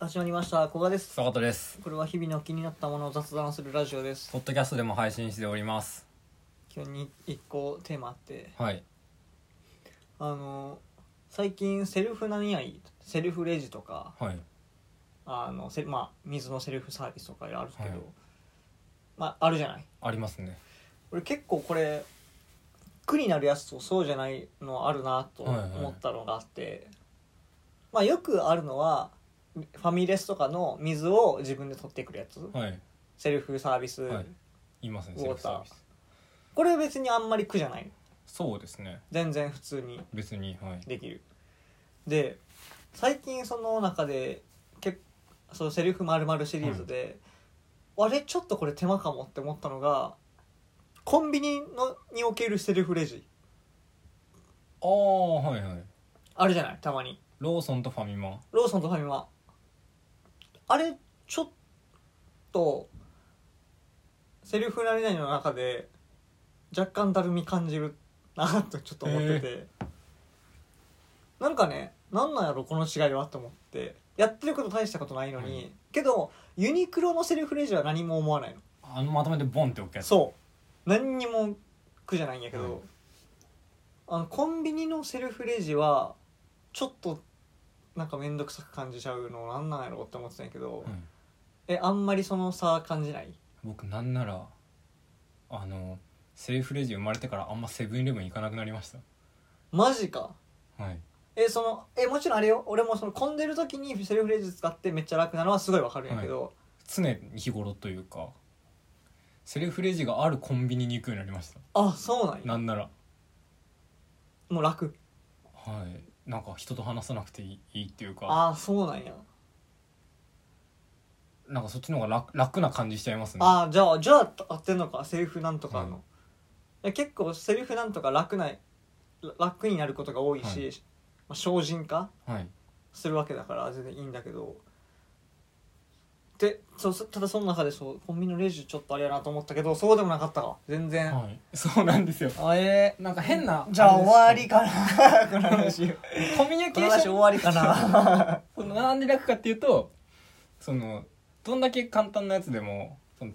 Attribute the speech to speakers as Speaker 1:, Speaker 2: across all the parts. Speaker 1: 始まりました古賀です
Speaker 2: 坂田です
Speaker 1: これは日々の気になったものを雑談するラジオです
Speaker 2: ポッドキャストでも配信しております
Speaker 1: 今日に一個テーマあって
Speaker 2: はい
Speaker 1: あの最近セルフ何やいセルフレジとか
Speaker 2: はい
Speaker 1: あのせまあ水のセルフサービスとかいろいろあるけど、
Speaker 2: はい
Speaker 1: まああるじゃない
Speaker 2: ありますね
Speaker 1: 俺結構これ苦になるやつとそうじゃないのあるなと
Speaker 2: はいはい
Speaker 1: 思ったのがあって、まあよくあるのはファミレスとかの水を自分で取ってくるやつ
Speaker 2: はい
Speaker 1: セルフサービス、
Speaker 2: はいいますね
Speaker 1: ウォーター
Speaker 2: セルフサビス
Speaker 1: これは別にあんまり苦じゃない
Speaker 2: そうですね
Speaker 1: 全然普通に
Speaker 2: 別にはい
Speaker 1: できるで最近その中で結そのセリフまるシリーズで、あれちょっとこれ手間かもって思ったのがコンビニのにおけるセルフレジ
Speaker 2: ああはいはい
Speaker 1: あるじゃないたまに
Speaker 2: ローソンとファミマ
Speaker 1: ローソンとファミマあれちょっとセリフなりないの中で若干だるみ感じるなとちょっと思ってて、なんかねなんなんやろこの違いはと思ってやってること大したことないのに、
Speaker 2: う
Speaker 1: けどユニクロのセリフレジは何も思わないの
Speaker 2: あのまとめてボンって置くやつ
Speaker 1: そう何にも苦じゃないんやけど、
Speaker 2: うん
Speaker 1: あのコンビニのセルフレジはちょっとなんか面倒くさく感じちゃうのなんなんやろって思ってたんやけど、
Speaker 2: うん
Speaker 1: えあんまりその差感じない
Speaker 2: 僕なんならあのセルフレジ生まれてからあんまセブンイレブン行かなくなりまし
Speaker 1: マジか
Speaker 2: たはい
Speaker 1: えそのえもちろんあれよ俺もその混んでる時にセルフレジ使ってめっちゃ楽なのはすごいわかるんやけど、
Speaker 2: 常日頃というかセルフレジがあるコンビニに行くようになりました
Speaker 1: あそうなんや
Speaker 2: なんなら
Speaker 1: もう楽
Speaker 2: はいなんか人と話さなくていいいいっていうか
Speaker 1: あそうなんや
Speaker 2: なんかそっちの方が楽楽な感じしちゃいますね
Speaker 1: ああじゃあじゃあ合ってんのかセリフなんとかの、
Speaker 2: はい
Speaker 1: いや結構セリフなんとか楽なら楽になることが多いし、
Speaker 2: は
Speaker 1: まあ、精進化
Speaker 2: はい
Speaker 1: するわけだから全然いいんだけどでそうそただその中でそうコンビニのレジちょっとあれやなと思ったけどそうでもなかったか全然、
Speaker 2: はいそうなんですよ
Speaker 1: あえ
Speaker 2: なんか変な
Speaker 1: ーじゃあ終わ
Speaker 2: れ
Speaker 1: り
Speaker 2: で
Speaker 1: かな この話
Speaker 2: すコミュニ
Speaker 1: こ
Speaker 2: ケ
Speaker 1: の
Speaker 2: ーシ
Speaker 1: 話終
Speaker 2: ョン
Speaker 1: わりか な
Speaker 2: そのなんで楽かっていうとそのどんだけ簡単なやつでもその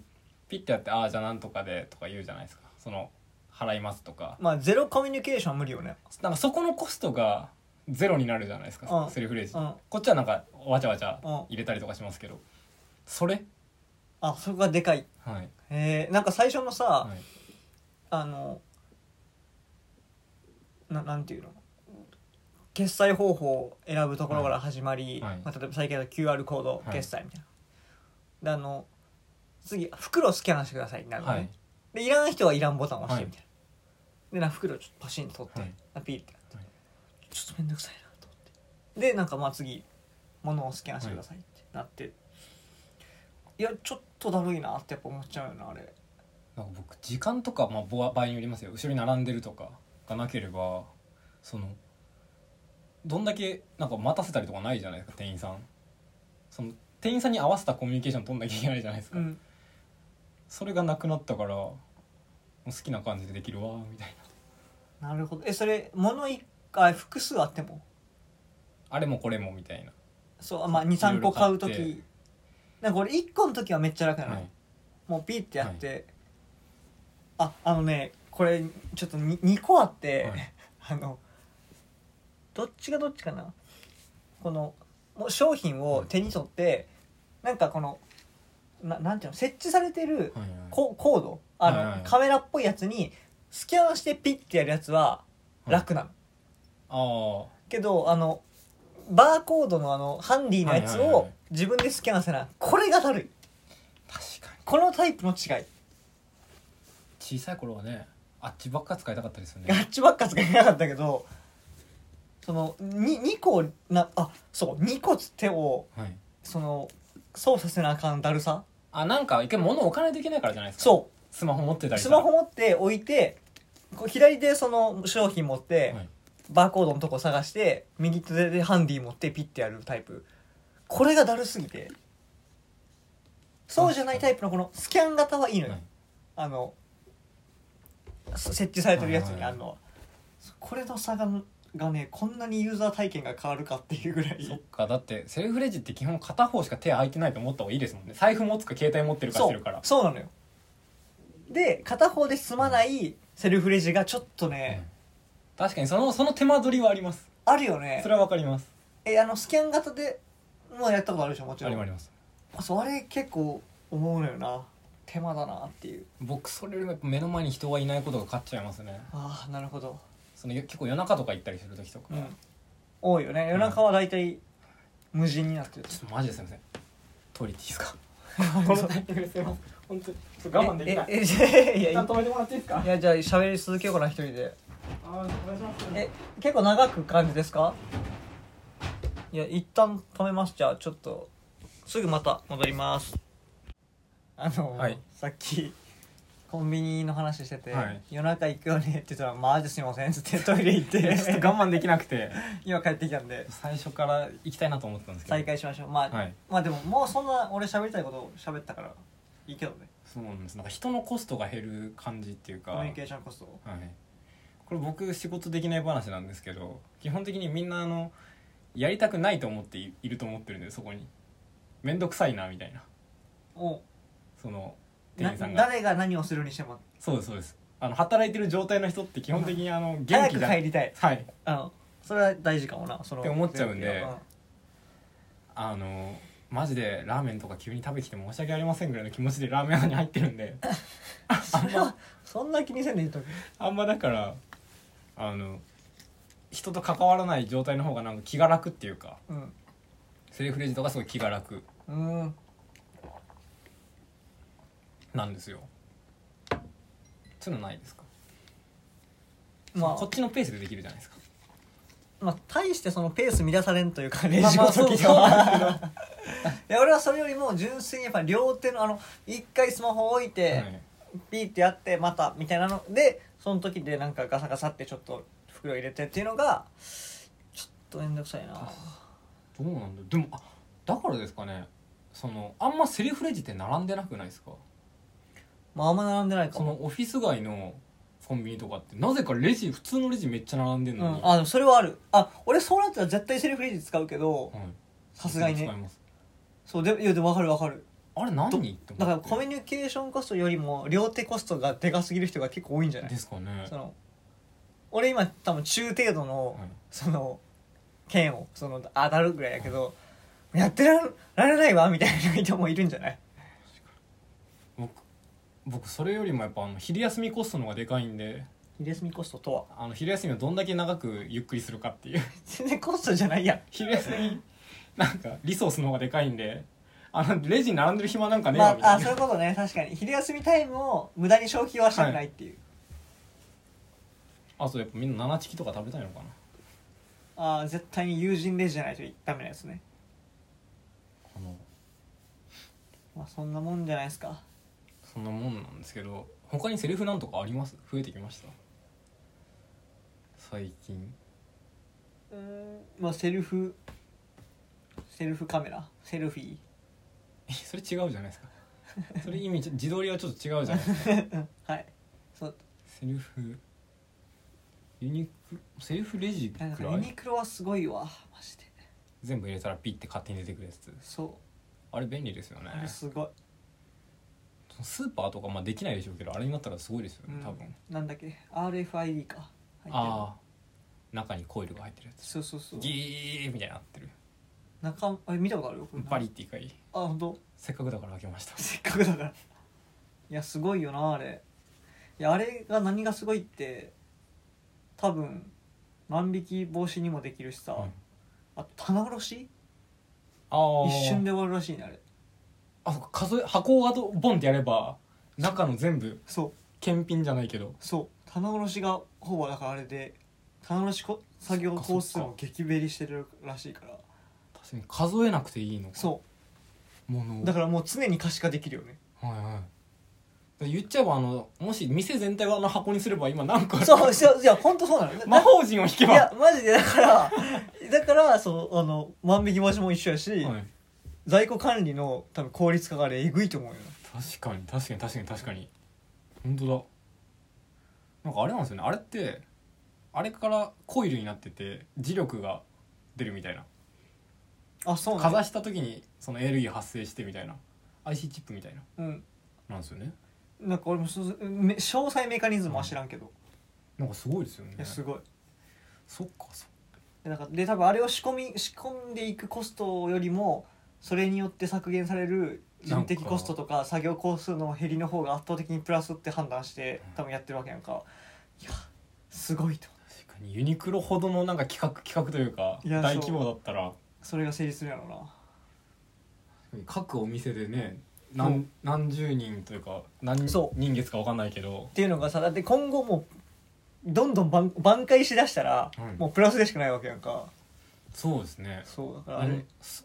Speaker 2: ピッてやって「ああじゃあなんとかで」とか言うじゃないですかその払いますとか
Speaker 1: まあゼロコミュニケーションは無理よね
Speaker 2: なんかそこのコストがゼロになるじゃないですか、
Speaker 1: うん
Speaker 2: セルフレジ、
Speaker 1: うん
Speaker 2: こっちはなんかわちゃわちゃ
Speaker 1: うん
Speaker 2: 入れたりとかしますけどそれ
Speaker 1: あそこがでかい
Speaker 2: はい、
Speaker 1: えー、なんか最初のさ、
Speaker 2: はい、
Speaker 1: あのななんていうの決済方法を選ぶところから始まり、
Speaker 2: はいはい
Speaker 1: まあ、例えば最近だと QR コード
Speaker 2: はい
Speaker 1: 決済みたいな、であの次袋スキャンしてくださいになるのね、
Speaker 2: はい
Speaker 1: でいらん人はいらんボタンを押してみたいな、でなんか袋ちょっとパシンと取って、
Speaker 2: はい
Speaker 1: アピールってなって、
Speaker 2: はい
Speaker 1: ちょっと面倒くさいなと思ってでなんかまあ次物をスキャンしてくださいってなって、い、やちょっとだるいなってやっぱ思っちゃうよなあれ
Speaker 2: なんか僕時間とか、まあ、ぼ場合によりますよ後ろに並んでるとかがなければそのどんだけなんか待たせたりとかないじゃないですか店員さんその店員さんに合わせたコミュニケーション取んなきゃいけないじゃないですか、
Speaker 1: うん
Speaker 2: それがなくなったからもう好きな感じでできるわみたいな
Speaker 1: なるほどえそれ物一回複数あっても
Speaker 2: あれもこれもみたいな、
Speaker 1: そうまあ
Speaker 2: そういろ
Speaker 1: 23
Speaker 2: い
Speaker 1: 個
Speaker 2: ろ
Speaker 1: 買う
Speaker 2: 買っ
Speaker 1: 時
Speaker 2: て
Speaker 1: なんか俺1個の時はめっちゃ楽なの、
Speaker 2: はい
Speaker 1: もうピッてやって、ああのねこれちょっと 2, 2個あって、
Speaker 2: はい
Speaker 1: あのどっちがどっちかなこのもう商品を手に取って、なんかこのななんていうの設置されてる
Speaker 2: はいはい
Speaker 1: ココードあの、
Speaker 2: はいはいはい
Speaker 1: カメラっぽいやつにスキャンしてピッてやるやつは楽なの。
Speaker 2: あ
Speaker 1: けどあのバーコードのあのハンディのやつ
Speaker 2: はいはいはいは
Speaker 1: を
Speaker 2: い
Speaker 1: 自分でスキャンせなこれがだるい
Speaker 2: あ確かに
Speaker 1: このタイプの違い
Speaker 2: 小さい頃はねあっちばっか使いたかったですよ
Speaker 1: ガ
Speaker 2: ね
Speaker 1: ッチばっか使えなかったけどその 2, 2個なあそう2個手を
Speaker 2: はい
Speaker 1: その操作せなあかんだるさ
Speaker 2: あなんか一回物置かないといけないからじゃないですか
Speaker 1: そ
Speaker 2: スマホ持ってた
Speaker 1: う
Speaker 2: り
Speaker 1: ス
Speaker 2: と
Speaker 1: マ
Speaker 2: か
Speaker 1: ホ持って置いてこう左手その商品持って、
Speaker 2: はい
Speaker 1: バーコードのとこ探して右手でハンディ持ってピッてやるタイプこれがだるすぎてそうじゃないタイプのこのスキャン型はいいのよ、
Speaker 2: はい
Speaker 1: あのそ設置されてるやつにあるのは、これの差ががねこんなにユーザー体験が変わるかっていうぐら
Speaker 2: そっ
Speaker 1: い
Speaker 2: かだってセルフレジって基本片方しか手空いてないと思った方がいいですもんね財布持つか携帯持ってるかしてるから
Speaker 1: そうなのよで片方で済まないセルフレジがちょっとね、
Speaker 2: 確かにそのその手間取りはあります
Speaker 1: あるよね
Speaker 2: それはわかります
Speaker 1: えあのスキャン型でもうやったことあるでしょもち
Speaker 2: あ
Speaker 1: ろ
Speaker 2: りますあ
Speaker 1: ん
Speaker 2: ります
Speaker 1: そうあれ結構思うのよな手間だなっていう
Speaker 2: 僕それよりもやっぱ目の前に人がいないことが勝っちゃいますね
Speaker 1: ああなるほど、
Speaker 2: その結構夜中とか行ったりする時とか、
Speaker 1: うん、多いよね夜中は大体無人になってる
Speaker 2: ちょっとマジですいませんトイレ行っていいです か
Speaker 1: こ
Speaker 2: タイミングですいません本当にちょっと
Speaker 1: えええじ ゃあいやい
Speaker 2: 一
Speaker 1: や
Speaker 2: 旦止めてもらっていいですか
Speaker 1: いやじゃあ喋り続けようかな一人で
Speaker 2: あーお願いします
Speaker 1: え結構長く感じですかいや一旦止めますじゃあちょっとすぐまた戻りますあの、
Speaker 2: はい
Speaker 1: さっきコンビニの話してて、
Speaker 2: はい
Speaker 1: 夜中行くよねって言ったら「マジすいません」っつってトイレ行っ
Speaker 2: いやちょってと我慢できなくて
Speaker 1: 今帰ってきたんで
Speaker 2: 最初から行きたいなと思ってたんですけど
Speaker 1: 再開しましょうまあ、
Speaker 2: はい
Speaker 1: まあでももうそんな俺喋りたいこと喋ったからいいけどね
Speaker 2: そうなんですなんか人のコストが減る感じっていうか
Speaker 1: コミュニケ
Speaker 2: は
Speaker 1: ーションコスト
Speaker 2: い、これ僕仕事できない話なんですけど基本的にみんなあのやりたくないと思っていいると思ってるんでそこに面倒くさいなみたいな
Speaker 1: を
Speaker 2: その店
Speaker 1: な
Speaker 2: 員さんが
Speaker 1: 誰が何をするにしても
Speaker 2: そうですそうですあの働いてる状態の人って基本的にあの元
Speaker 1: 早
Speaker 2: 気
Speaker 1: く
Speaker 2: だ
Speaker 1: 帰りたい
Speaker 2: はい
Speaker 1: あのそれは大事かもなその
Speaker 2: って思っちゃうんで
Speaker 1: 前提は
Speaker 2: あのマジでラーメンとか急に食べてきて申し訳ありませんぐらいの気持ちでラーメン屋に入ってるんであ
Speaker 1: そ
Speaker 2: ん
Speaker 1: れ
Speaker 2: ま
Speaker 1: はそんな気にせんでいいと思う
Speaker 2: あんまだからあの人と関わらない状態の方がなんか気が楽っていうかセルフレジとかすごい気が楽
Speaker 1: うんうん
Speaker 2: なんですよそういうのないですか、
Speaker 1: ま
Speaker 2: こっ
Speaker 1: あ、
Speaker 2: ちのペースでできるじゃないですか
Speaker 1: まあ大してそのペース乱されんというかレ
Speaker 2: まあ
Speaker 1: ジ
Speaker 2: ま
Speaker 1: ご
Speaker 2: あ
Speaker 1: と
Speaker 2: そう
Speaker 1: き
Speaker 2: そうなんですけど
Speaker 1: がいや俺はそれよりも純粋にやっぱ両手のあの一回スマホ置いて、
Speaker 2: はい
Speaker 1: ピーってやってまたみたいなのでその時でなんかガサガサってちょっと袋入れてっていうのがちょっと面倒くさいな
Speaker 2: どうなんだでもあだからですかねそのあんまセルフレジって並んでなくないですか
Speaker 1: まああんま並んでないか
Speaker 2: そ
Speaker 1: も、
Speaker 2: のオフィス街のコンビニとかってなぜかレジ普通のレジめっちゃ並んでん
Speaker 1: う
Speaker 2: のに、
Speaker 1: ん、あでもそれはあるあ俺そうなったら絶対セルフレジ使うけど
Speaker 2: はい
Speaker 1: さすがに
Speaker 2: 使い
Speaker 1: ね
Speaker 2: ます
Speaker 1: そうでいやでも分かる分かる
Speaker 2: あれ何って思って
Speaker 1: だからコミュニケーションコストよりも両手コストがでかすぎる人が結構多いんじゃない
Speaker 2: ですかね
Speaker 1: その俺今多分中程度の
Speaker 2: はい
Speaker 1: その剣をその当たるぐらいやけどやってらられないわみたいな人もいるんじゃない
Speaker 2: 僕僕それよりもやっぱあの昼休みコストの方がでかいんで
Speaker 1: 昼休みコストとは
Speaker 2: あの昼休みをどんだけ長くゆっくりするかっていう
Speaker 1: 全然コストじゃないやん
Speaker 2: 昼休みなんかリソースの方がでかいんであのレジに並んでる暇なんかねえ
Speaker 1: ま
Speaker 2: わ
Speaker 1: あ
Speaker 2: み、た
Speaker 1: あ
Speaker 2: い
Speaker 1: そう
Speaker 2: な、
Speaker 1: いうことね確かに昼休みタイムを無駄に消費はしたくないっていう、
Speaker 2: あ、とやっぱみんな七チキとか食べたいのかな
Speaker 1: ああ絶対に友人レジじゃないとダメなやつね
Speaker 2: あの
Speaker 1: まあそんなもんじゃないですか
Speaker 2: そんなもんなんですけど他にセリフなんとかあります増えてきました最近
Speaker 1: うーんまあセルフセルフカメラセルフィー
Speaker 2: えそれ違うじゃないですかそれ意味ちょ自撮りはちょっと違うじゃないですか
Speaker 1: はいそう
Speaker 2: セリフユニクセリフレジ
Speaker 1: なん
Speaker 2: く
Speaker 1: からユ
Speaker 2: い
Speaker 1: ニクロはすごいわマジで
Speaker 2: 全部入れたらピッて勝手に出てくるやつ
Speaker 1: そ
Speaker 2: あれ便利ですよ
Speaker 1: う
Speaker 2: ね
Speaker 1: あれすごい、
Speaker 2: スーパーとかまあできないでしょうけどあれになったらすごいですよ
Speaker 1: う
Speaker 2: ね
Speaker 1: ん
Speaker 2: 多分
Speaker 1: なんだっけ RFID か入ってる
Speaker 2: ああ中にコイルが入ってるやつ
Speaker 1: そうそうそう
Speaker 2: ギーみたいになってる
Speaker 1: 中あれ見たことあるよこれ
Speaker 2: バリっていいかい
Speaker 1: あ本当。
Speaker 2: せっかくだから開けました
Speaker 1: せっかくだからいやすごいよなあれいやあれが何がすごいって多分万引き防止にもできるしさ、
Speaker 2: うん
Speaker 1: あ棚卸し
Speaker 2: ああ
Speaker 1: 一瞬で終わるらしいねあれ
Speaker 2: あそっか数え箱をあとボンってやれば中の全部
Speaker 1: そう
Speaker 2: 検品じゃないけど
Speaker 1: そう棚卸しがほぼだからあれで棚卸しこ作業工数も激減りしてるらしいから
Speaker 2: 確かに数えなくていいのか
Speaker 1: そ
Speaker 2: もの
Speaker 1: う
Speaker 2: を
Speaker 1: だからもう常に可視化できるよね
Speaker 2: はいはいだから言っちゃえばあのもし店全体をあの箱にすれば今何個ある
Speaker 1: そうそういや本当そうなの
Speaker 2: 魔
Speaker 1: だ
Speaker 2: 法陣を引け
Speaker 1: い
Speaker 2: ばは
Speaker 1: やマジでだからだからそのあの万引き防止も一緒やし、
Speaker 2: い
Speaker 1: 在庫管理の多分効率化があれえぐいと思うよ
Speaker 2: 確かに確かに確かに確かに本当だなんかあれなんですよねあれってあれからコイルになってて磁力が出るみたいな
Speaker 1: あそう
Speaker 2: か
Speaker 1: なんだ
Speaker 2: ざした時にその ALE 発生してみたいな IC チップみたいな
Speaker 1: うん
Speaker 2: なんですよね
Speaker 1: なんか俺もそうめ詳細メカニズムは知らんけど、
Speaker 2: なんかすごいですよね
Speaker 1: いやすごい
Speaker 2: そっかそっ
Speaker 1: でなんかで多分あれを仕込み仕込んでいくコストよりもそれによって削減される人的コストとか作業工数の減りの方が圧倒的にプラスって判断して
Speaker 2: うん
Speaker 1: 多分やってるわけやんかいやすごいと
Speaker 2: か確かにユニクロほどのなんか企画企画というか
Speaker 1: いや
Speaker 2: 大規模だったら
Speaker 1: それが成立するやろうな
Speaker 2: 各お店でね何,、
Speaker 1: うん
Speaker 2: 何十人というか何
Speaker 1: そ
Speaker 2: 人月か分かんないけど
Speaker 1: っていうのがさだって今後もうどんどん挽挽回しだしたら、
Speaker 2: うん
Speaker 1: もうプラスでしかないわけやんか
Speaker 2: そうですね
Speaker 1: そうだから
Speaker 2: あ
Speaker 1: あれ、
Speaker 2: のそ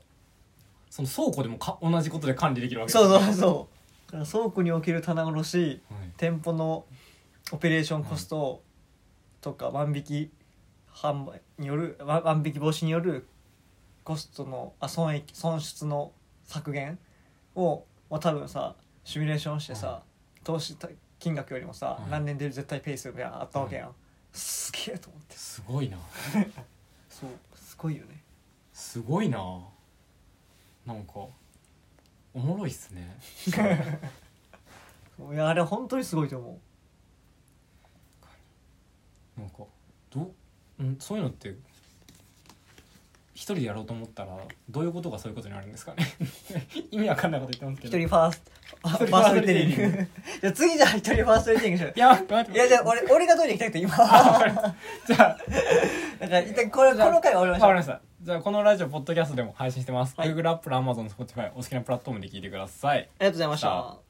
Speaker 2: その倉庫でもか同じことで管理できるわけ
Speaker 1: そう
Speaker 2: う、
Speaker 1: そうそうだから倉庫における棚卸し
Speaker 2: はい
Speaker 1: 店舗のオペレーションコストとか万引き販売によるわ万引き防止によるコストのあ損益損失の削減を、まあ、多分さシミュレーションしてさ、投資た金額よりもさ、
Speaker 2: はい
Speaker 1: 何年で絶対ペースがあったわけやん、すげえと思って
Speaker 2: すごいな
Speaker 1: そうすごいよね
Speaker 2: すごいななんかおもろいっすね
Speaker 1: いやあれ本当にすごいと思
Speaker 2: なんかどうんそういうのって一人でやろうと思ったらどういうことがそういうことになるんですかね 意味わかんないこと言っ
Speaker 1: う
Speaker 2: て
Speaker 1: 一
Speaker 2: ますけどい
Speaker 1: 人ファーストフ
Speaker 2: 一人
Speaker 1: ァーストリテイリング じゃあ次じゃあ一人ファーストリテイリングしよう
Speaker 2: や待って待っ
Speaker 1: い
Speaker 2: て
Speaker 1: やじゃあ俺俺がトイレ行きたくて 今
Speaker 2: あ
Speaker 1: だ
Speaker 2: わかりましたじゃ
Speaker 1: か
Speaker 2: あ
Speaker 1: ら一旦これこの回は終わりましょ
Speaker 2: わか
Speaker 1: う
Speaker 2: りましたじゃあこのラジオポッドキャストでも配信してます、
Speaker 1: はい
Speaker 2: Google アップル Amazon Spotify お好きなプラットフォームで聞いてください
Speaker 1: ありがとうございました。